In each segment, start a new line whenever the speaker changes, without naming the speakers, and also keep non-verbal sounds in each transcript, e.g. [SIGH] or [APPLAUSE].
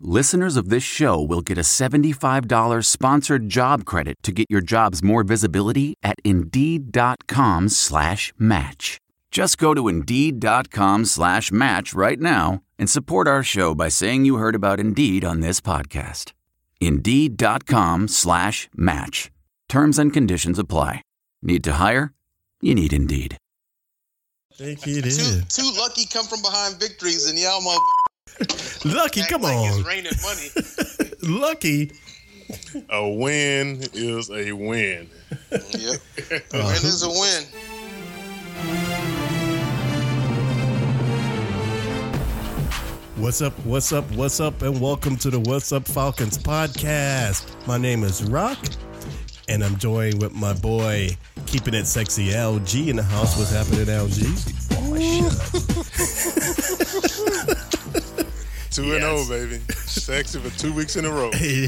listeners of this show will get a $75 sponsored job credit to get your jobs more visibility at Indeed.com slash match. Just go to Indeed.com slash match right now and support our show by saying you heard about Indeed on this podcast. Indeed.com slash match. Terms and conditions apply. Need to hire? You need Indeed.
I think he
Two,
did.
two lucky come from behind victories, and y'all mother
Lucky,
act
come
like
on.
it's raining money.
Lucky.
A win is a win.
[LAUGHS] yep. Win
Uh-huh.
is a win.
What's up? What's up? What's up? And welcome to the What's Up Falcons podcast. My name is Rock, and I'm joined with my boy, keeping it sexy, LG in the house. What's happening,
[LAUGHS]
LG?
Two
Yes.
and zero, baby. Sexy for two weeks in
[LAUGHS]
a row.
Hey,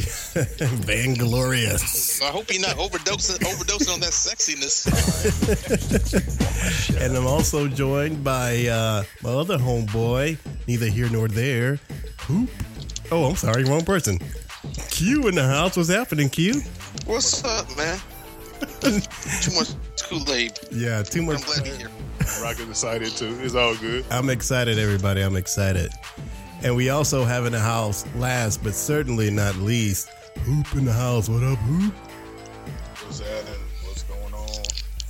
Vainglorious.
So I hope you're not overdosing, overdosing on that sexiness.
[LAUGHS] And I'm also joined by uh, my other homeboy, neither here nor there. Who? Oh, I'm sorry, wrong person. Q in the house. What's happening, Q?
What's up, man? Too much Kool Aid.
Yeah, too much.
I'm glad you're here.
Rocket decided to. It's all good.
I'm excited, everybody. I'm excited. And we also have in the house, last but certainly not least, Hoop in the house. What up, Hoop?
What's happening? What's going on?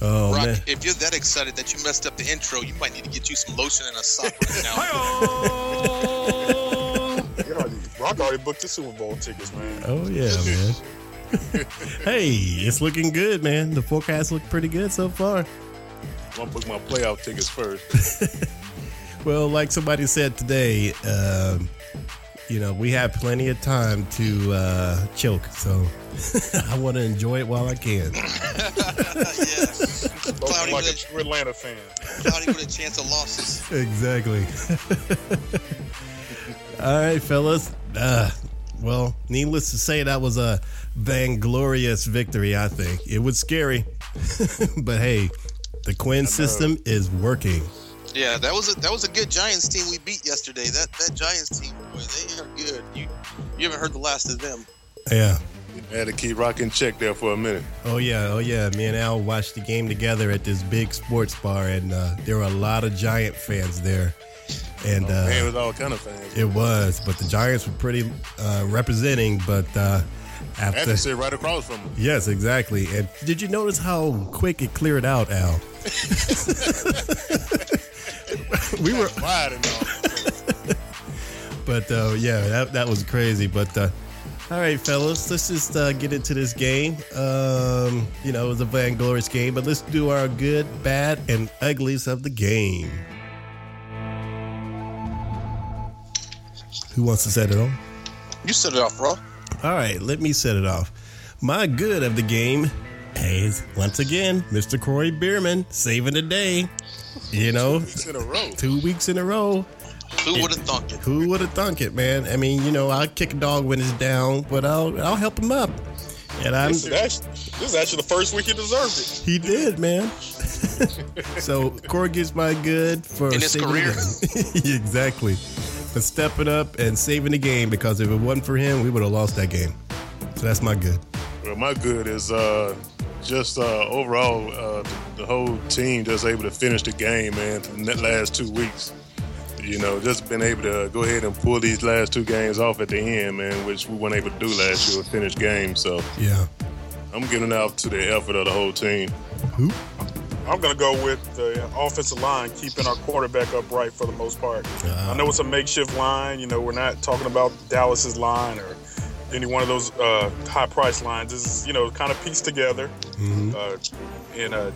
Oh,
Rock,
man.
if you're that excited that you messed up the intro, you might need to get you some lotion and a sock right now. [LAUGHS]
You know, Rock already booked the Super Bowl tickets, man.
Oh, yeah, man. [LAUGHS] hey, it's looking good, man. The forecast look pretty good so far.
I'm gonna book my playoff
[LAUGHS]
tickets first.
Well, like somebody said today, um, you know, we have plenty of time to uh, choke, so [LAUGHS] I want to enjoy it while I can.
yes. Cloudy
Looking like a
with,
true Atlanta fan.
a, cloudy with a chance of losses.
Exactly. [LAUGHS] All right, fellas. Uh, well, needless to say, that was a vainglorious victory, I think. It was scary. [LAUGHS] but hey, the Quinn system is working.
Yeah, that was a that was a good Giants team we beat yesterday. That that Giants team, boy, they are good. You you haven't heard the last of them.
Yeah.
I had to keep Rock in check there for a minute.
Oh, yeah. Oh, yeah. Me and Al watched the game together at this big sports bar, and uh, there were a lot of Giant fans there. And uh,
Man, it was all kind of fans.
it was, but the Giants were pretty uh, representing. But uh,
I had
after
to sit right across from him.
Yes, exactly. And did you notice how quick it cleared out, Al? [LAUGHS] we were,
Wide and [LAUGHS] all.
but uh, yeah, that, that was crazy. But uh, all right, fellas, let's just uh, get into this game. Um, you know, it was a vainglorious game, but let's do our good, bad, and uglies of the game. Who wants to set it off?
You set it off, bro.
All right, let me set it off. My good of the game is once again Mr. Corey Bierman saving the day. You know,
Weeks in a row.
two weeks in a row.
Who would have thunk it?
Who would have thunk it, man? I mean, you know, I'll kick a dog when it's down, but I'll I'll help him up. And I'm
actually, this is actually the first week he deserved it.
he did, man. [LAUGHS] so Corey gets my good for
In his
saving
career.
the game. [LAUGHS] exactly. For stepping up and saving the game because if it wasn't for him, we would have lost that game. So that's my good.
Well, my good is uh, just uh, overall uh, the, the whole team just able to finish the game, man. From the last two weeks, you know, just been able to go ahead and pull these last two games off at the end, man, which we weren't able to do last year, finish games. So
Yeah.
I'm giving out to the effort of the whole team.
Who?
I'm going to go with the offensive line keeping our quarterback upright for the most part. I know it's a makeshift line. You know, we're not talking about Dallas's line or any one of those uh, high price lines. This is, you know, kind of pieced together.
mm-hmm.
Uh, and uh,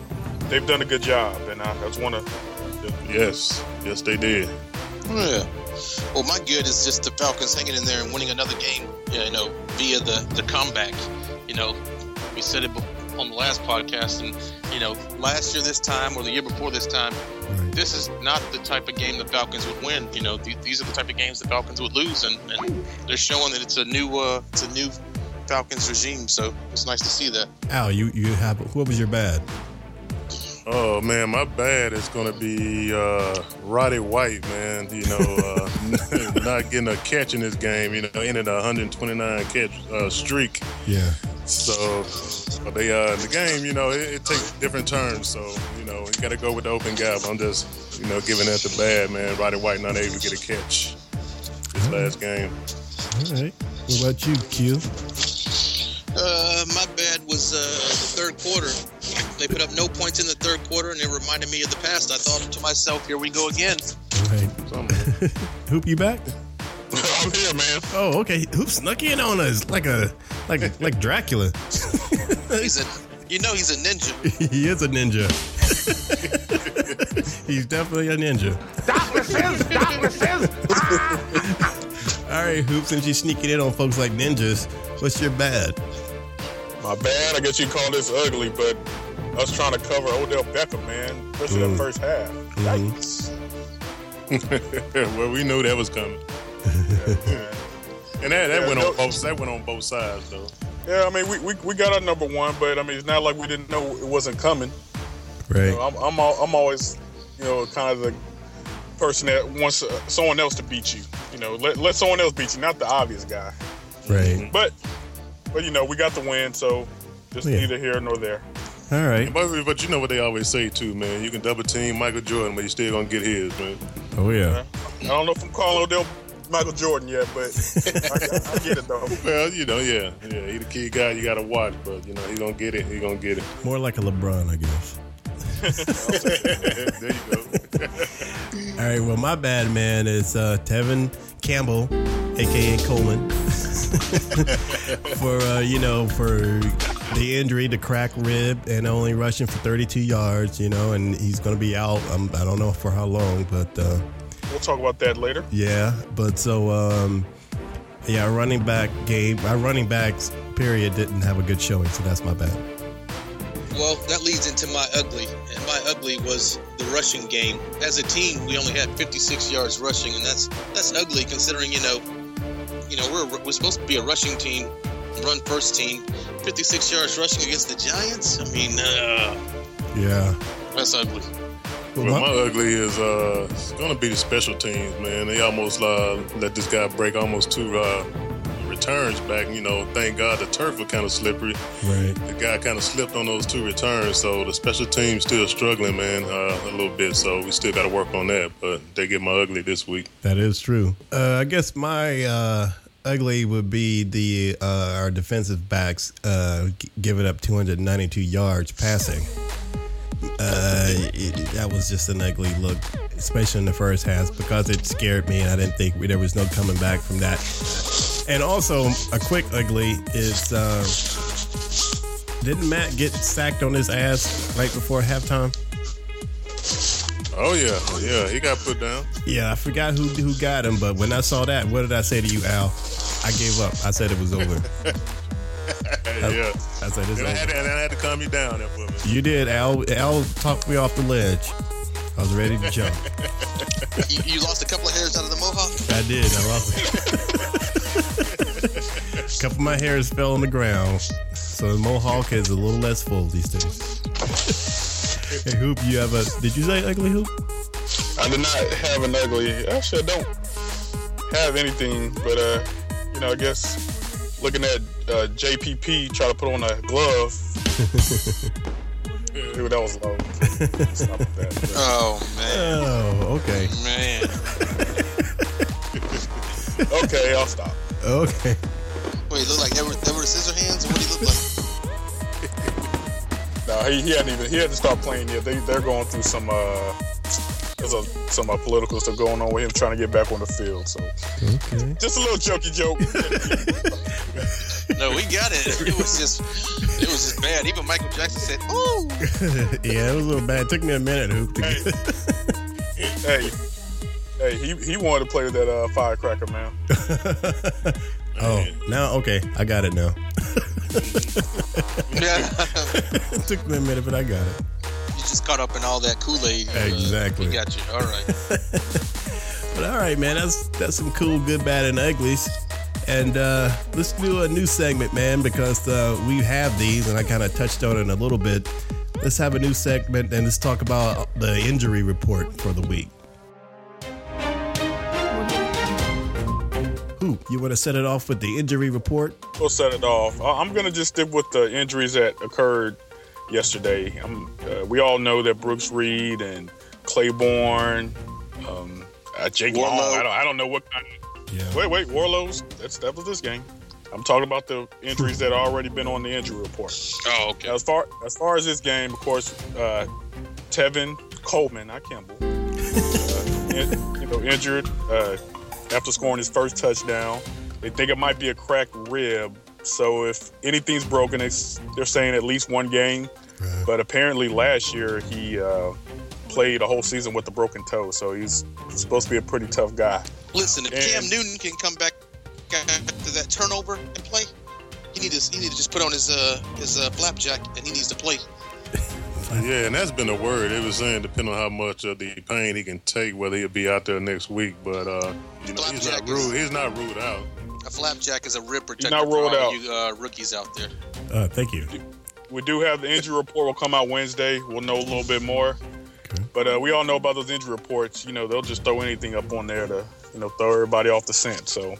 they've done a good job. And I, I just want to.
Yes, yes, they did.
Yeah. Well, my good is just the Falcons hanging in there and winning another game. You know, via the the comeback. You know, we said it. be- on the last podcast, and you know, last year this time or the year before this time, this is not the type of game the Falcons would win. You know, th- these are the type of games the Falcons would lose, and, and they're showing that it's a new, uh, it's a new Falcons regime. So it's nice to see that.
Al, you you have what was your bad?
Oh man, my bad is gonna be uh, Roddy White, man. You know, uh, [LAUGHS] not getting a catch in this game. You know, ended a 129 catch uh, streak.
Yeah.
So, but they uh, the game, you know, it, it takes different turns. So, you know, you got to go with the open guy. But I'm just, you know, giving that the bad man. Roddy White not able to get a catch this
Mm-hmm.
last game.
All right. What about you, Q?
Uh, my bad was uh, the third quarter. They put up no points in the third quarter, and it reminded me of the past. I thought to myself, "Here we go again."
All right. [LAUGHS]
Something.
Hoop you back?
[LAUGHS] I'm here, man.
Oh, okay. Hoop snuck in on us like a like like Dracula.
He's a, you know, he's a
[LAUGHS]
ninja.
he is a ninja. [LAUGHS] He's definitely a ninja. [LAUGHS] All right, Hoop, since you're sneaking in on folks like ninjas, what's your bad?
My bad. I guess you call this ugly, but
[LAUGHS]
us trying to cover Odell Beckham, man, especially
Mm.
that first half.
Mhm.
well, we knew that was
[LAUGHS]
coming,
Yeah.
and that, that
Yeah,
went on
no-
both. That went on both sides though.
Yeah, I mean, we, we, we got our number one, but I mean, it's not like we didn't know it wasn't coming. You know,
Right.
I'm, I'm, al- I'm always, you know, kind of the person that wants uh, someone else to beat you. You know, let, let someone else beat you, not the obvious guy.
Right.
But, but you know, we got the win, so just
Yeah.
neither here nor there.
All right.
But, but you know what they always say too, man. You can double team Michael Jordan, but you still gonna get his, man.
Oh yeah.
I don't know if I'm calling Odell Michael Jordan yet, but [LAUGHS] I, I get it though.
Well, you know, yeah, yeah. He the key guy you gotta watch, but you know he gonna get it. He gonna get it.
More like a LeBron, I guess.
[LAUGHS]
there you go.
All right. Well, my bad, man, is uh, Tevin Campbell, aka Coleman, [LAUGHS] for uh, you know for the injury, the crack rib, and only rushing for 32 yards. You know, and he's going to be out. Um, I don't know for how long, but. Uh,
We'll talk about that later.
Yeah, but so um, yeah, our running back game, our running backs period didn't have a good showing, so that's my bad.
Well, that leads into my ugly, and my ugly was the rushing game. As a team, we only had 56 yards rushing, and that's that's ugly considering you know, you know we're we're supposed to be a rushing team, run first team. 56 yards rushing against the Giants. I mean, uh,
Yeah,
that's ugly.
Well, my ugly is uh, it's gonna be the special teams, man. They almost uh, let this guy break almost two uh, returns back. You know, thank God the turf was kind of slippery.
right.
The guy kind of slipped on those two returns, so the special team's still struggling, man, uh, a little bit. So we still got to work on that. But they get my ugly this week.
That is true. Uh, I guess my uh, ugly would be the uh, our defensive backs uh, g- giving up 292 yards passing. Uh, it, it- that was just an ugly look, especially in the first half, because it scared me, and I didn't think we, there was no coming back from that. And also, a quick ugly is uh, didn't Matt get sacked on his ass right before halftime?
Oh yeah, yeah, he got put down.
Yeah, I forgot who who got him, but when I saw that, what did I say to you, Al? I gave up. I said it was over.
yeah,
I said it's
and I, had
over.
to, and I had to calm you down, that woman.
You did, Al. Al talked me off the ledge. I was ready to jump.
You, you lost a couple of hairs out of the mohawk.
I did. I lost it. [LAUGHS] A couple of my hairs fell on the ground, so the mohawk is a little less full these days. hey, hoop, you have a? Did you say ugly hoop?
I did not have an ugly. Actually, I don't have anything, but uh, you know, I guess looking at uh, JPP try to put on a glove. Dude, that was low. Stop with that.
Oh man,
Oh, okay,
man.
Okay, I'll stop.
okay.
Wait, he look like Edward, Edward Scissorhands. Or what do you look like?
No, he, he hadn't even. He hadn't stopped playing yet. They they're going through some uh, there's a, some uh, political stuff going on with him trying to get back on the field. So
Okay.
just a little jokey joke.
No, we got it. It was just, it was just bad. Even Michael Jackson said, "Ooh."
[LAUGHS] yeah, it was a little bad. It took me a minute, hoop, to get.
hey, hey, he, he
[LAUGHS]
wanted to play with that uh, firecracker man.
Oh, now okay, I got it now. [LAUGHS] it took me a minute, but I got it.
[LAUGHS] you just caught up in all that Kool Aid.
Exactly.
we got you. All right.
But all right, man, that's that's some cool, good, bad, and uglies. And uh, let's do a new segment, man, because uh, we have these, and I kind of touched on it a little bit. Let's have a new segment and let's talk about the injury report for the week. Who you want to set it off with the injury report?
We'll set it off. I- I'm gonna just stick with the injuries that occurred yesterday. Um uh, we all know that Brooks Reed and Claiborne, um, uh, Jake Long.
Warlow.
I don't, I don't know what kind. Of,
Yeah.
wait, wait, Warlow's. That's that was this game. I'm talking about the injuries that already been on the injury report.
Oh, okay.
As far as far as this game, of course, uh, Tevin Coleman, I Campbell, uh, in- you know, injured uh, after scoring his first touchdown. They think it might be a cracked rib. So if anything's broken, it's, they're saying at least one game. But apparently, last year he uh, played a whole season with a broken toe, so he's supposed to be a pretty tough guy.
Listen, if
And-
Cam Newton can come back after that turnover and play, he need to he need to just put on his uh his uh, flapjack and he needs to play.
Yeah, and that's been a word. It was saying depending on how much of the pain he can take, whether he'll be out there next week. But uh, you know, he's not
Flapjack is-
ruled. He's not ruled out.
A flapjack is a rib protector
not rolled
for all
out.
you uh, rookies out there.
Uh, thank you.
We do have the injury report will come out Wednesday. We'll know a little bit more.
Okay.
But uh, we all know about those injury reports. You know, they'll just throw anything up on there to, you know, throw everybody off the scent. So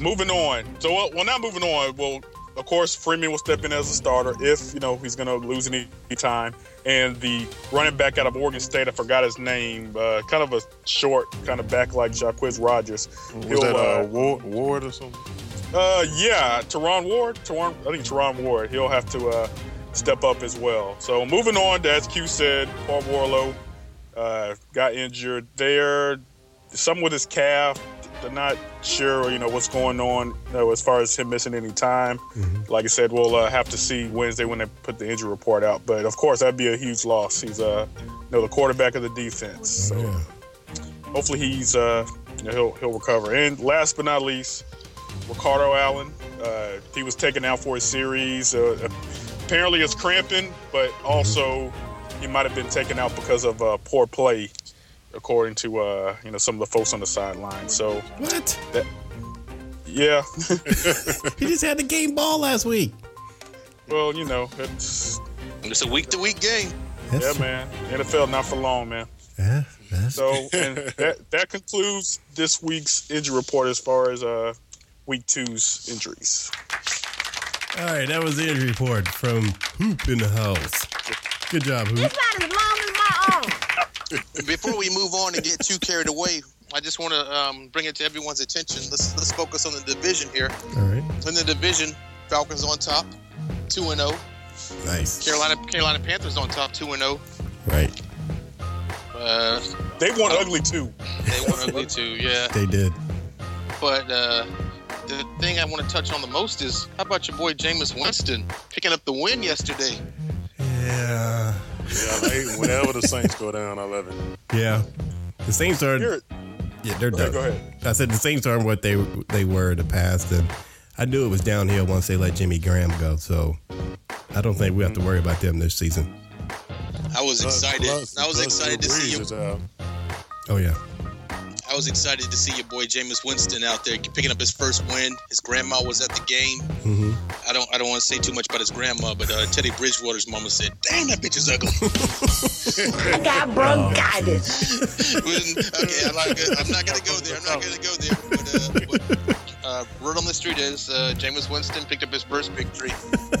moving on. So, uh, well, not moving on. Well, of course, Freeman will step in as a starter if, you know, he's going to lose any time. And the running back out of Oregon State, I forgot his name, uh, kind of a short, kind of back like Jacquez Rogers.
Was that uh, Ward, Ward or something?
Uh, yeah, Teron Ward. Teron, I think Teron Ward. He'll have to uh, step up as well. So moving on, as Q said, Paul Warlow uh, got injured there. Something with his calf. They're not sure, you know, what's going on you know, as far as him missing any time. Like I said, we'll uh, have to see Wednesday when they put the injury report out. But of course, that'd be a huge loss. He's, uh, you know, the quarterback of the defense. So
Yeah.
hopefully he's uh you know, he'll he'll recover. And last but not least, Ricardo Allen. Uh, he was taken out for a series. Uh, apparently it's cramping, but also he might have been taken out because of uh, poor play, according to uh, you know some of the folks on the sideline. So
What?
yeah, [LAUGHS]
He just had the game ball last week.
well you know it's
It's a week to week game.
yeah man NFL not for long man.
Yeah, Uh, that's-
So and that that concludes this week's injury report as far as uh week two's injuries.
All right, that was the injury report from Hoop in the House. Good job, Hoop.
It's not as long as my arm.
Before we move on and get too carried away, I just want to um, bring it to everyone's attention. Let's let's focus on the division here.
All right,
In the division, Falcons on top, two and zero.
nice.
Carolina Carolina Panthers on top, two and zero.
Right,
Uh,
They won ugly too.
they won
[LAUGHS]
ugly too. Yeah.
they did.
But uh, the thing I want to touch on the most is how about your boy Jameis Winston picking up the win yesterday?
Yeah,
Yeah, I hate whenever the Saints go down, I love it.
yeah. The Saints are
You're-
yeah, they're
Okay,
done.
go ahead.
I said the Saints are what they they were in the past, and I knew it was downhill once they let Jimmy Graham go. So I don't think we have to worry about them this season.
I was
Plus-
excited.
plus-
I was
plus
excited to
Drew
see
Brees
you.
is out.
Oh yeah,
I was excited to see your boy Jameis Winston out there picking up his first win. His grandma was at the game.
hmm
I don't. I don't want to say too much about his grandma, but uh, Teddy Bridgewater's mama said, "Damn, that bitch is ugly." [LAUGHS]
I got bronchitis.
When- okay, I'm not, gonna, I'm not gonna go there. I'm not gonna go there. But, uh, but, uh, word on the street is uh, Jameis Winston picked up his first victory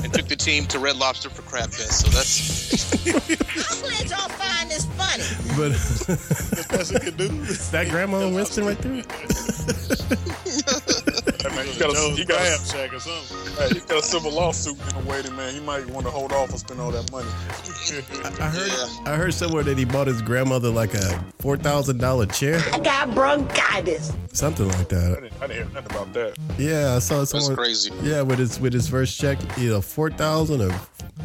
and took the team to Red Lobster for Crab Fest. So that's
I'm glad y'all find this funny.
but [LAUGHS]
That's the best he could do.
that Grandma Winston right there.
[LAUGHS] Hey, man, you got a, you
Joe's
got
crab
a,
shack or something.
hey, you got a civil lawsuit in the waiting, man. You might want to hold off and spend all that money.
I heard I heard somewhere that he bought his grandmother like a four thousand dollar chair,
I got bronchitis.
something like
I
that.
didn't, I didn't hear nothing about that.
Yeah, I saw
that's
someone.
crazy.
Yeah, with his with his first check, either four thousand or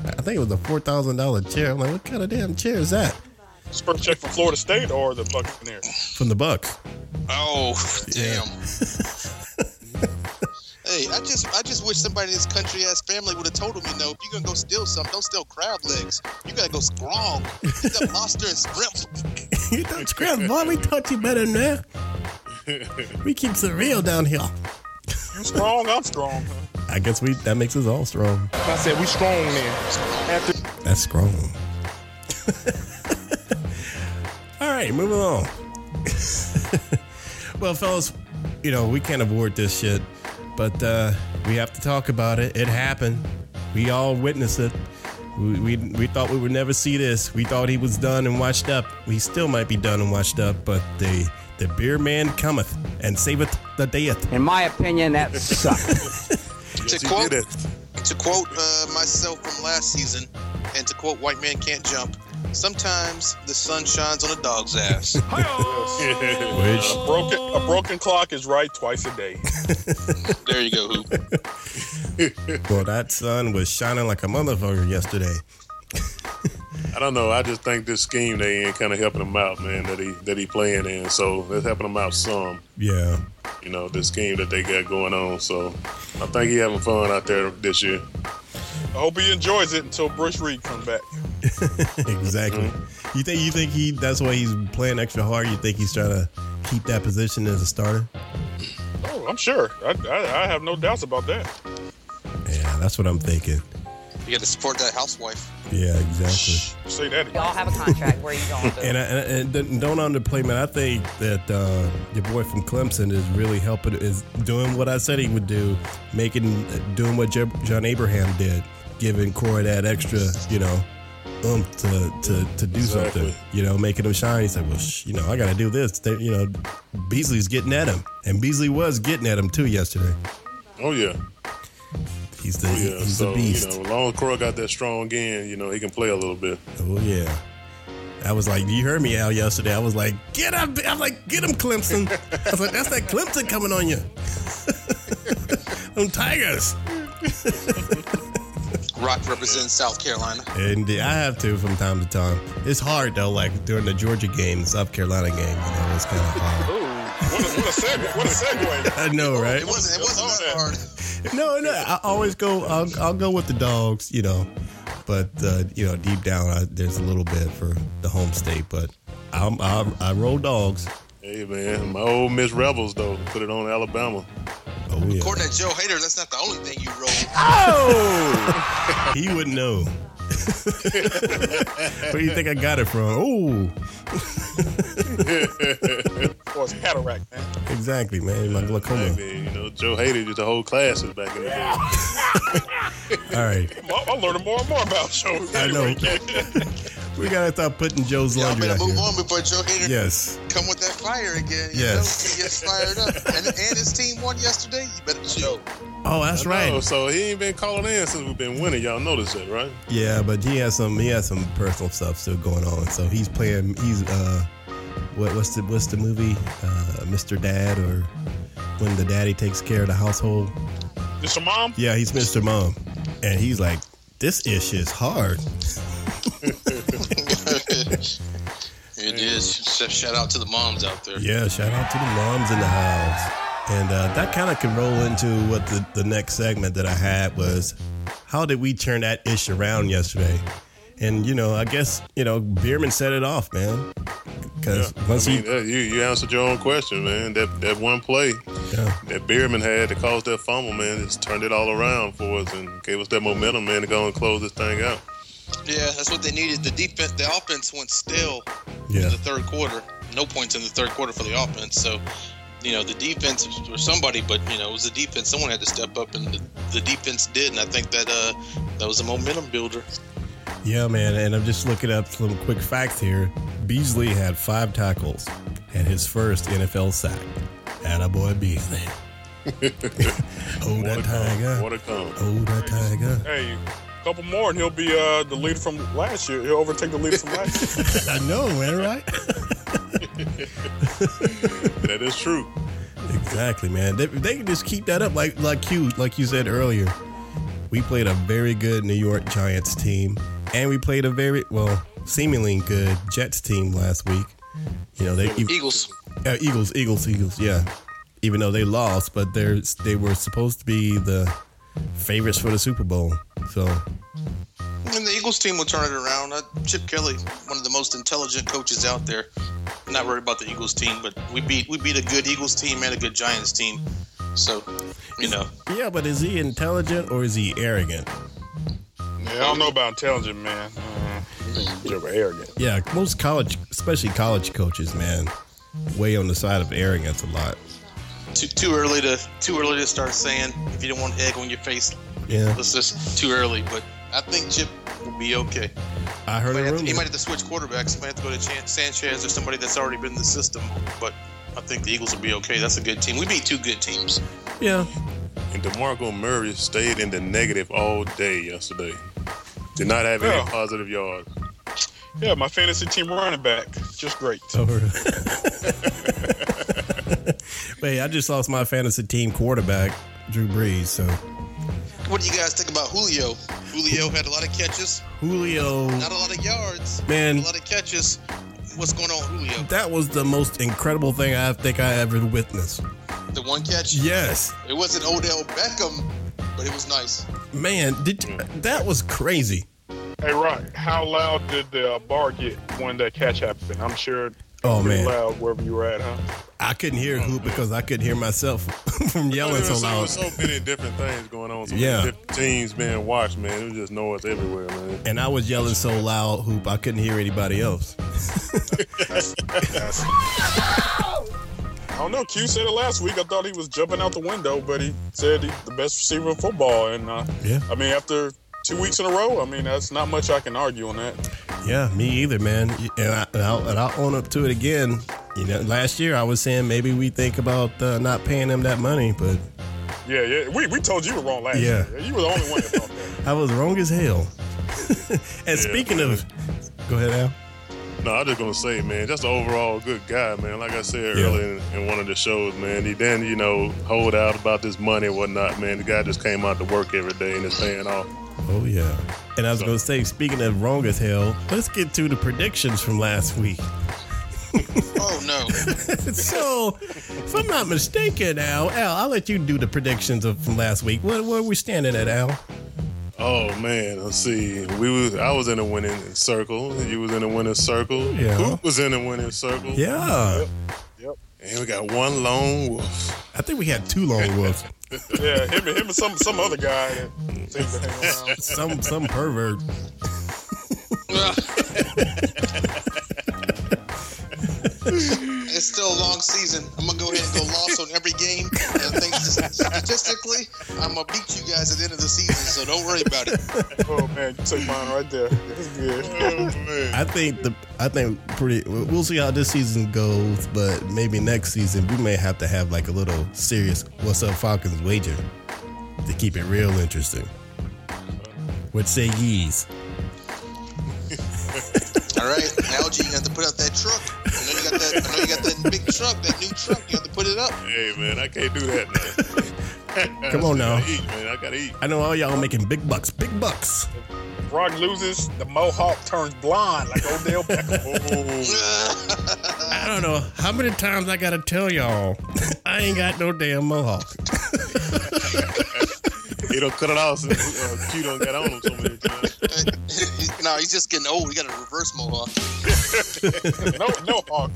I think it was a four thousand dollar chair. I'm like, what kind of damn chair is that?
His first check from Florida State or the Buccaneers?
From the Bucks.
Oh, damn. Hey, I just I just wish somebody in this country ass family would have told him, you know, if you're gonna go steal something, don't steal crab legs. You gotta go strong. Pick up lobster and scrimp.
[LAUGHS] you know, Scrap, boy, we taught you better than that. We keeps it real down here.
You strong, I'm strong.
I guess we that makes us all strong.
I said we strong then. After
That's strong. [LAUGHS] all right, moving on. [LAUGHS] well, fellas, you know we can't avoid this shit, but uh, we have to talk about it. It happened. We all witnessed it. We, we, we thought we would never see this. We thought he was done and washed up. He still might be done and washed up, but the the beer man cometh and saveth the death.
In my opinion, that sucked.
Yes,
to
he
quote
did it.
to quote uh, myself from last season, and to quote White Man Can't Jump, sometimes the sun shines on a dog's [LAUGHS] ass.
Which
broken, a broken clock is right twice a day.
there you go, Hoop.
Well, that sun was shining like a motherfucker yesterday.
[LAUGHS] I don't know. I just think this scheme they in kind of helping him out, man. That he that he playing in, so that's helping him out some.
Yeah. [LAUGHS]
You know, this scheme that they got going on. So I think he having fun out there this year.
I hope he enjoys it until Bruce Reed comes back.
Exactly. You think you think he that's why he's playing extra hard? You think he's trying to keep that position as a starter?
Oh, I'm sure. I, I, I have no doubts about that.
Yeah, that's what I'm thinking.
You gotta support that housewife.
Yeah, exactly.
Say that again.
Y'all have a contract where you going to.
And, I, and, and don't underplay, man. I think that uh, your boy from Clemson is really helping, is doing what I said he would do, making, doing what Je- John Abraham did, giving Corey that extra, you know, oomph to, to, to do
Exactly.
something, you know, making him shine. He said, well, sh- you know, I got to do this. They- you know, Beasley's getting at him. And Beasley was getting at him too yesterday.
Oh yeah,
He's the,
oh, yeah.
he's
so
the beast.
you know, long as Cora got that strong end. You know, he can play a little bit.
Oh yeah. I was like, you heard me out yesterday. I was like, get up! I'm like, get him, Clemson. I was like, that's that Clemson coming on you. [LAUGHS] Them Tigers.
Rock represents South Carolina.
And I have to from time to time. It's hard though, like during the Georgia game, South Carolina game. You know, it's kind of hard.
Ooh, what a, what a segue. What a segue.
I know, right?
It wasn't. It wasn't that hard.
No, no. I always go. I'll, I'll go with the dogs, you know. But uh, you know, deep down, I, there's a little bit for the home state. But I'm, I, I roll dogs.
Hey man, my old Miss Rebels though put it on Alabama.
Oh yeah.
According to Joe Hader, that's not the only thing you rolled.
He wouldn't know. [LAUGHS] Where do you think I got it from? Oh,
Or it's cataract, man.
exactly, man. My
Hey,
glaucoma.
man, you know Joe hated the whole classes back in the day.
All right,
I'm, I'm learning more and more about shows.
I know.
[LAUGHS]
we gotta stop putting Joe's
Y'all
laundry
better
out
move
here.
on before Joe Hader
Yes,
come with that fire again. You
Yes.
know, he gets fired [LAUGHS] up. And, and his team won yesterday. You better chill.
Oh, that's
No,
right.
so he ain't been calling in since we've been winning. Y'all notice that, right?
Yeah, but he has some. He has some personal stuff still going on. So he's playing. He's uh, what, what's the what's the movie? Uh, Mr. Dad or when the daddy takes care of the household.
Is your mom?
Yeah, he's Mr. Mom, and he's like, this ish is hard.
it is. Sh- Shout out to the moms out there.
Yeah, shout out to the moms in the house. And uh, that kind of can roll into what the, the next segment that I had was how did we turn that ish around yesterday? And, you know, I guess, you know, Bierman set it off, man. Because once
I mean,
he.
that- you you answered your own question, man. That that one play
Yeah.
that Beerman had to cause that fumble, man, just turned it all around for us and gave us that momentum, man, to go and close this thing out.
Yeah, that's what they needed. The defense, the offense went still in
Yeah.
the third quarter. No points in the third quarter for the offense. So, you know, the defense or somebody, but you know, it was the defense. Someone had to step up, and the, the defense did. And I think that uh, that was a momentum builder.
Yeah, man. And I'm just looking up some quick facts here. Beasley had five tackles and his first NFL sack. Attaboy
[LAUGHS]
Beasley. oh,
What
that
a come. What
tiger.
a come.
Oh, that tiger.
Hey, a couple more and he'll be uh, the leader from last year. He'll overtake the leader from last year. [LAUGHS]
I know, man, right?
That is true.
Exactly, man. They, they can just keep that up, like like you like you said earlier. We played a very good New York Giants team, and we played a very well, seemingly good Jets team last week. You know, they E,
Eagles.
uh, Eagles, Eagles, Eagles. Yeah, even though they lost, but they're they were supposed to be the favorites for the Super Bowl. So
And the Eagles team will turn it around. Uh, Chip Kelly, one of the most intelligent coaches out there. I'm not worried about the Eagles team, but we beat we beat a good Eagles team and a good Giants team. So, you know,
yeah, but is he intelligent or is he arrogant?
Yeah, I don't know about intelligent, man. Uh,
Mm-hmm.
you're arrogant.
Yeah, most college, especially college coaches, man, way on the side of arrogance a lot.
too, too early to too early to start saying if you don't want egg on your face,
Yeah,
it's just too early. But I think Chip will be okay.
I heard
Might
a
have to-
rumor.
he might have to switch quarterbacks. He might have to go to Chan- Sanchez or somebody that's already been in the system. But I think the Eagles will be okay. That's a good team. We beat two good teams.
Yeah,
And DeMarco Murray stayed in the negative all day yesterday. Did not have
Yeah.
any positive yards.
Yeah, my fantasy team running back, just great.
over. [LAUGHS] Wait, I just lost my fantasy team quarterback, Drew Brees. So
What do you guys think about Julio? Julio had a lot of catches,
Julio,
not a lot of yards,
Man.
a lot of catches. What's going on, with Julio?
that was the most incredible thing I think I ever witnessed.
The one catch.
Yes,
It wasn't Odell Beckham, but it was nice.
man, did that was crazy.
Hey, Rock, how loud did the uh, bar get when that catch happened? I'm sure. it
Oh,
was pretty
man.
Loud wherever you were at, huh?
I couldn't hear who because I couldn't hear myself [LAUGHS] from yelling so
There was so,
loud.
so many different things going on. So
Yeah.
many different teams being watched, man. It was just noise everywhere, man.
And I was yelling so loud, hoop, I couldn't hear anybody else.
I don't know. Q said it last week. I thought he was jumping out the window, but he said he, the best receiver in football. And uh,
Yeah.
I mean, after two weeks in a row, I mean, that's not much I can argue on that.
Yeah, me either, man. And, I, and, I'll, and I'll own up to it again. You know, last year I was saying maybe we think about uh, not paying him that money, but
Yeah, yeah. We, we told you were wrong last
Yeah.
year. You were the only one that thought [LAUGHS] that.
I was wrong as hell. [LAUGHS] and speaking of, go ahead, Al.
No, I'm just gonna say, man, just an overall good guy, man. Like I said
Yeah.
earlier in, in one of the shows, man, he didn't, you know, hold out about this money and whatnot, man. The guy just came out to work every day and it's paying off.
Oh yeah. And I was gonna say, speaking of wrong as hell, let's get to the predictions from last week. [LAUGHS]
Oh no!
so, if I'm not mistaken, Al, Al, I'll let you do the predictions of from last week. What where are we standing at, Al?
Oh man, let's see. We was I was in a winning circle. You was in a winning circle.
Yeah.
Hoop was in a winning circle.
Yeah.
And we got one lone wolf.
I think we had two long wolves.
Yeah, him, and- him and some, some other guy that seems to hang around.
some some pervert.
it's [LAUGHS] still a long season. I'm gonna go ahead and go loss on every game. And I think statistically, I'm gonna beat you guys at the end of the season. So don't worry about it.
Oh, man. You took mine right there. That's good.
I think the I think pretty. We'll see how this season goes, but maybe next season we may have to have like a little serious "What's Up Falcons" wager to keep it real interesting. What say yees?
All right, Algie, you have to put out that truck. I know you got that. I know you got that big truck, that new truck. You have to put it up. [LAUGHS]
Hey man, I can't do that now.
Come on now.
I gotta
[LAUGHS]
eat, man. I gotta eat.
I know all y'all making big bucks, big bucks.
Rock loses, the mohawk turns blonde like Odell [LAUGHS] Beckham.
I don't know how many times I gotta tell y'all [LAUGHS] I ain't got no damn mohawk.
He don't cut it off since uh, Q don't got on him so many times.
no, he's just getting old. We got a reverse mohawk.
No, no hawk.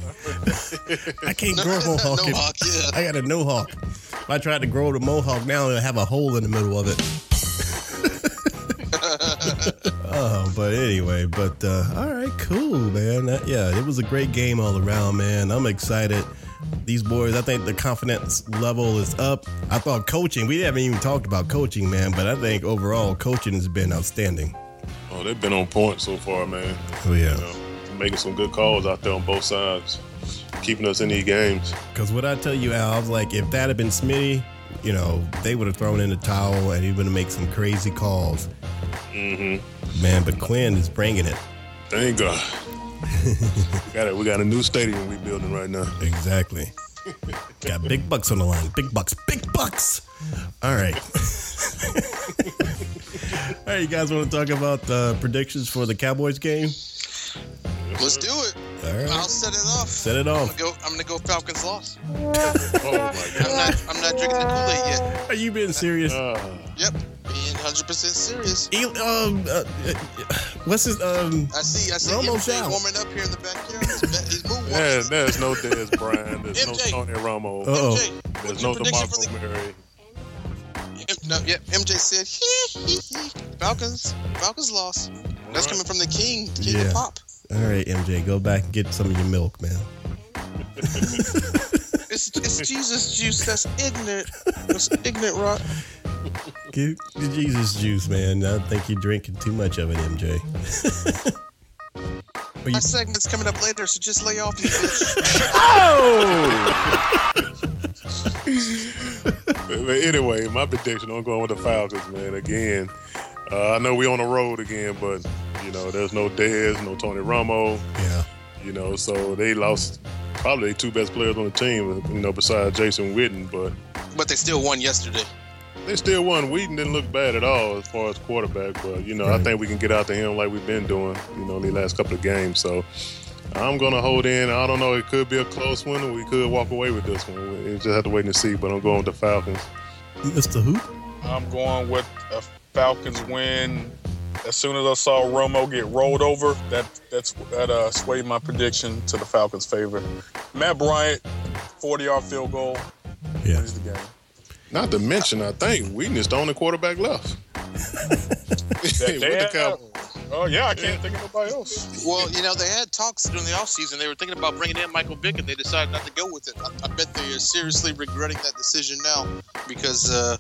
I can't
[LAUGHS] No,
grow a mohawk.
no hawk. Yeah.
I got a no hawk. If I tried to grow the mohawk now, it'll have a hole in the middle [LAUGHS] of it. oh, but anyway, but uh, all right, cool, man. That- yeah, it was a great game all around, man. I'm excited. These boys, I think the confidence level is up. I thought coaching, we haven't even talked about coaching, man, but I think overall coaching has been outstanding.
Oh, they've been on point so far, man.
Oh, yeah.
You know, making some good calls out there on both sides, keeping us in these games.
Because what I tell you, Al, I was like, if that had been Smitty, you know, they would have thrown in the towel and he would have made some crazy calls. Mm-hmm. Man, but Quinn is bringing it.
Thank [LAUGHS] God. we, got a, we got a new stadium we building
[LAUGHS]
right now.
Exactly. Got big bucks on the line. Big bucks. Big bucks. All right. [LAUGHS] All right, you guys want to talk about the predictions for the Cowboys game?
Let's do it.
All right.
I'll set it off.
Set it
I'm
off.
gonna go. I'm gonna go Falcons loss.
Oh my
I'm not. I'm not drinking the Kool Aid yet.
Are you being serious?
god.
Yep. Being 100 percent serious.
El- um, uh, uh, what's his um?
I see. I see.
Romo
MJ
Jones.
warming up here in the backyard. He's, he's moving.
There- there's no Dez Bryant. There's no
MJ.
Tony Romo.
Uh, oh.
MJ,
there's
what's
no
your prediction for
DeMarco
the?
Murray.
M- No, yeah, MJ said, hee, hee, hee. Falcons. Falcons lost. That's coming from the king. the King
Yeah.
of pop.
All right, MJ, go back and get some of your milk, man.
It's, it's Jesus juice. That's ignorant. It's ignorant rock.
Get the Jesus juice, man. I think you're drinking too much of it, MJ. Are you-
My segment's coming up later, so just lay off. You bitch.
But but anyway, my prediction, I'm going with the Falcons, man. Again, uh, I know we on the road again, but you know, there's no Dez, no Tony Romo.
yeah.
You know, so they lost probably their two best players on the team. You know, besides Jason Witten, but
but they still won yesterday.
they still won. Witten didn't look bad at all as far as quarterback, but you know, I
Right.
think we can get out to him like we've been doing. You know, the last couple of games. So I'm gonna hold in. I don't know. It could be a close one, or we could walk away with this one. We we just have to wait and see. But I'm going with the Falcons.
Mr. Who?
I'm going with a Falcons win. As soon as I saw Romo get rolled over, that that's that uh, swayed my prediction to the Falcons' favor. Matt Bryant, 40-yard field goal,
Yeah.
wins the game.
Not to mention, I think Wheaton is the only quarterback left. [LAUGHS] With the
Damn.
Cowboys.
Oh yeah, I can't think of nobody else.
Well, you know, they had talks during the offseason. They were thinking about bringing in Michael Vick, and they decided not to go with it. I, I bet they are seriously regretting that decision now because uh,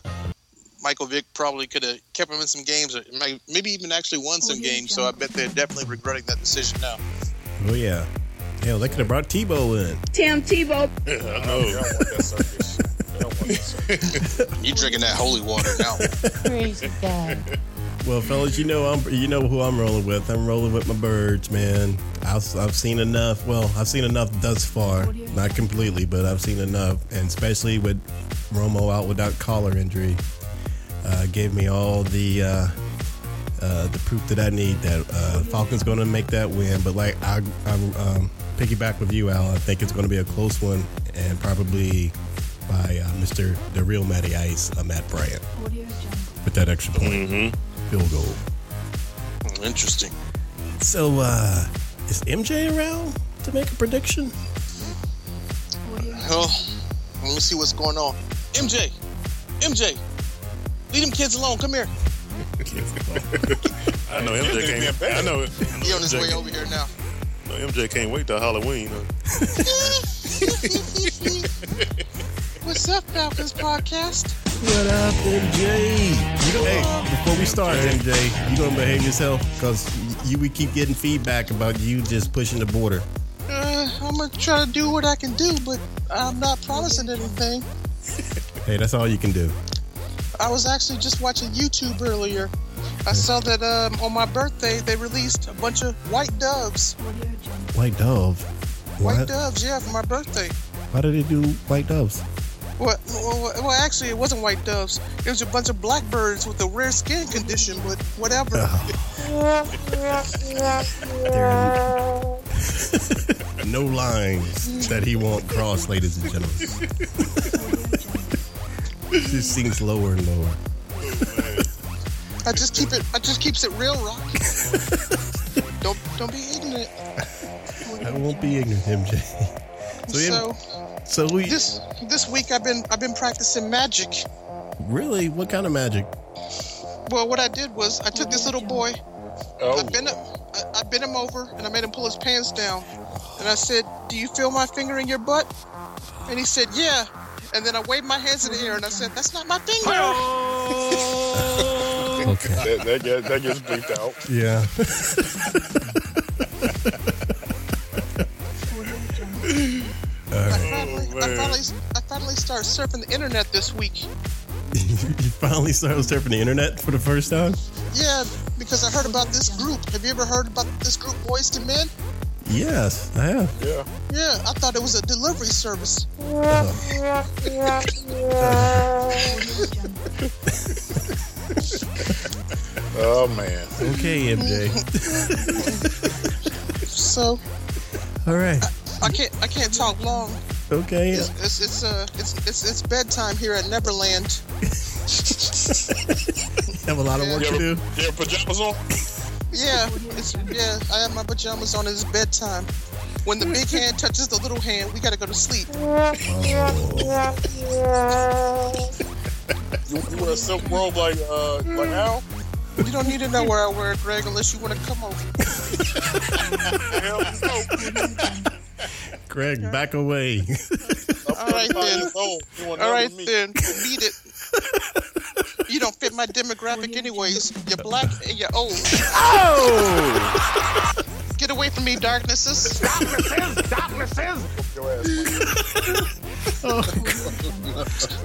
Michael Vick probably could have kept him in some games or may- maybe even actually won some games. So I bet they're definitely regretting that decision now.
Oh, yeah. Hell, they could have brought Tebow in.
Tim Tebow.
Yeah, I
They
know.
don't Oh. want that circus. They don't want that circus.
You drinking that holy water now.
Praise God.
Well, fellas, you know I'm you know who I'm rolling with. I'm rolling with my birds, man. I've, I've seen enough. Well, I've seen enough thus far. Not completely, but I've seen enough, and especially with Romo out without collar injury, uh, gave me all the uh, uh, the proof that I need that uh, Falcons going to make that win. But like I, I'm um, piggyback with you, Al. I think it's going to be a close one, and probably by uh, Mr. the real Matty Ice, uh, Matt Bryant, with that extra point field goal.
[LAUGHS] Interesting.
So, uh, is MJ around to make a prediction?
Well, let me see what's going on. MJ, MJ, leave them kids alone. Come here.
I know MJ can't. I know.
He on his
MJ,
way over here now.
I know MJ can't wait till Halloween. Huh?
What's up, Falcons podcast?
What up, MJ? You going hey, before we start, MJ, you gonna behave yourself? Cause you we keep getting feedback about you just pushing the border.
Uh, I'm gonna try to do what I can do, but I'm not promising anything.
Hey, that's all you can do.
I was actually just watching YouTube earlier. I saw that um, on my birthday they released a bunch of white doves.
White dove.
White
What?
doves, yeah, for my birthday.
Why did they do white doves?
Well, well, well, actually, it wasn't white doves. It was a bunch of blackbirds with a rare skin condition, but whatever.
Oh, [LAUGHS] No lines that he won't cross, ladies and [LAUGHS] gentlemen. this seems lower and lower.
I just keep it. I just keeps it real, Rock.
[LAUGHS]
don't don't be ignorant.
I won't be ignorant, MJ. So, yeah,
So
So we
this this week I've been I've been practicing magic.
really what kind of magic?
Well, what I did was I took this little boy I
Oh,
bent him, I, I bent him over and I made him pull his pants down. And I said, "Do you feel my finger in your butt?" And he said, "Yeah." And then I waved my hands in the air and I said, "That's not my finger."
Okay.
that, that, get- that gets bleeped out.
[LAUGHS] Yeah. [LAUGHS]
I finally, I
man.
finally, I finally started surfing the internet this week.
you finally started surfing the internet for the first time?
Yeah, because I heard about this group. Have you ever heard about this group, Boys to Men?
Yes, I have.
Yeah.
Yeah, I thought it was a delivery service.
Oh man.
Okay, MJ.
So
All right.
I can't. I can't talk long.
Okay.
It's it's it's, uh, it's, it's, it's bedtime here at Neverland.
Have a lot of work
You
to do.
ever, you ever pajamas on?
Yeah, it's yeah. I have my pajamas on. It's bedtime. When the big hand touches the little hand, we gotta go to sleep.
You, you wear a silk robe like uh like Al?
You don't need to know where I wear it, Greg, unless you wanna come over.
Hell no.
Greg, back away. [LAUGHS]
All right then.
Oh, you want
All right
me?
then. Beat it. You don't fit my demographic, anyways. You're black and you're old.
Oh!
Get away from me, darknesses.
Your ass.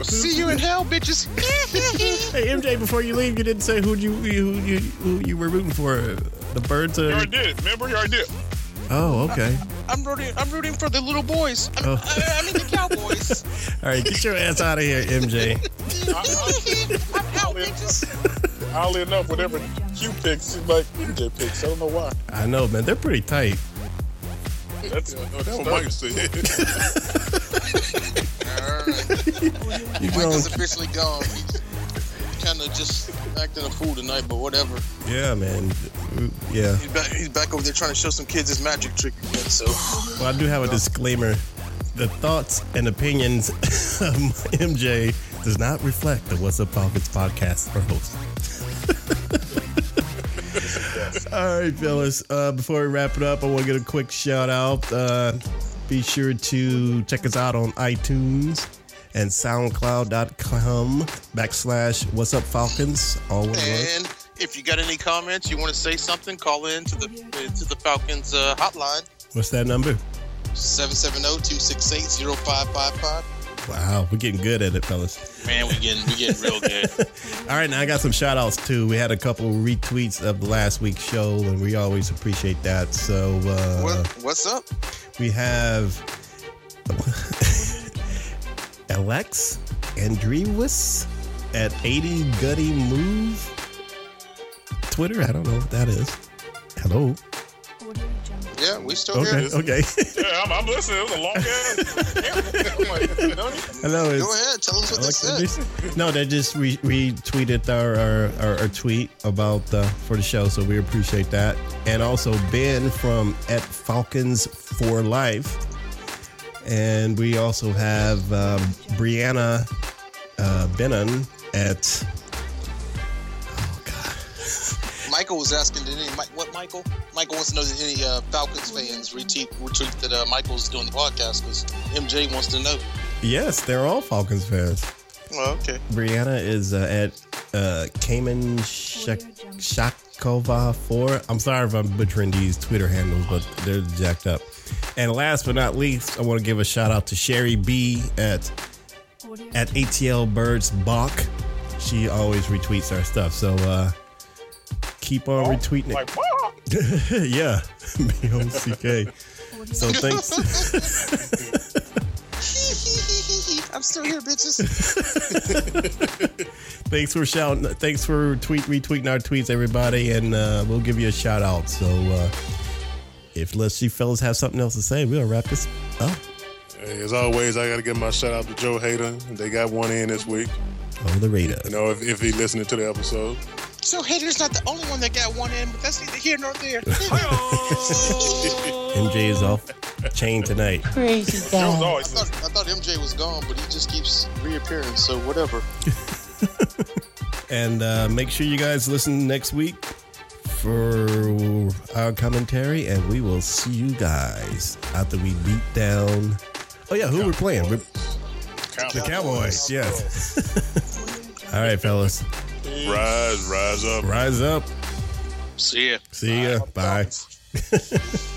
See you in hell, bitches. [LAUGHS]
hey MJ, before you leave, you didn't say who you who you who you were rooting for. The birds.
You
Are...
already did it. Remember, you already did. it.
Oh, okay.
I'm rooting. I'm rooting for the little boys. I mean, I, I mean the cowboys.
All right, get your ass out of here, MJ.
I'm out, bitches.
Oddly enough, whenever Q picks, he's like MJ picks. I don't know why.
I know, man. They're pretty tight.
That's
Oh, that's what Mike said.
You grown?
Michael's officially gone. He's kind of just acting a fool tonight, but whatever.
Yeah, man. Yeah.
He's back, he's back over there trying to show some kids his magic trick again. So
Well, I do have a disclaimer. The thoughts and opinions [LAUGHS] of MJ does not reflect the What's Up Falcons podcast or host. [LAUGHS] All right, fellas. Uh, before we wrap it up, I want to get a quick shout out. Uh, be sure to check us out on iTunes and SoundCloud.com backslash What's Up Falcons. All one word.
And if you got any comments, you want to say something, call in to the uh, to the Falcons uh, hotline oh,
What's that number?
770-268-0555.
Wow, we're getting good at it, fellas.
Man, we getting we getting real good.
All right, now I got some shout outs too. We had a couple retweets of last week's show, and we always appreciate that. So uh,
what, what's up?
we have [LAUGHS] Alex Andrewis at 80 Gutty Move. Twitter, I don't know what that is. Hello.
Yeah, we still
Okay,
here.
okay. [LAUGHS]
yeah, I'm, I'm listening. It was a long ass. I'm like, no,
Hello.
Go
It's
ahead, tell us what
Alex
they said.
Andrews. No, they just re- retweeted our, our, our, our tweet about uh, for the show, so we appreciate that. And also Ben from at Falcons for Life, and we also have um, Brianna uh, Bennon at. Oh God,
Michael was asking, did any Mi- what Michael? Michael wants to know did any uh, Falcons fans retweet, retweet that uh, Michael's doing the podcast because MJ wants to know.
yes, they're all Falcons fans.
Well, okay.
Brianna is uh, at uh, Cayman Shak- Shakova 4. I'm sorry if I'm butchering these Twitter handles, but they're jacked up. And last but not least, I want to give a shout out to Sherry B at at ATL Birds Bach. She always retweets our stuff. So uh, keep on retweeting it.
like, "Wah!"
[LAUGHS] yeah. [LAUGHS] B O C K.
[LAUGHS]
So thanks.
I'm still here, bitches.
thanks for shouting thanks for tweet retweeting our tweets everybody and uh, we'll give you a shout out so uh, if let's see fellas have something else to say we'll wrap this up
Hey, as always, I got to give my shout out to Joe Hayden. They got one in this week.
on the radar
You know, if, if he listening to the episode.
So Hater's not the only one that got one in, but that's neither here nor [LAUGHS] there.
mj is off chain tonight
Crazy
It was
guy.
I
always
thought, I thought MJ was gone, but he just keeps reappearing, so whatever.
and uh, make sure you guys listen next week for our commentary and we will see you guys after we beat down oh yeah who we're playing we're, the cowboys yes [LAUGHS] all right fellas
Rise, rise up.
rise up
See ya.
see ya bye
this.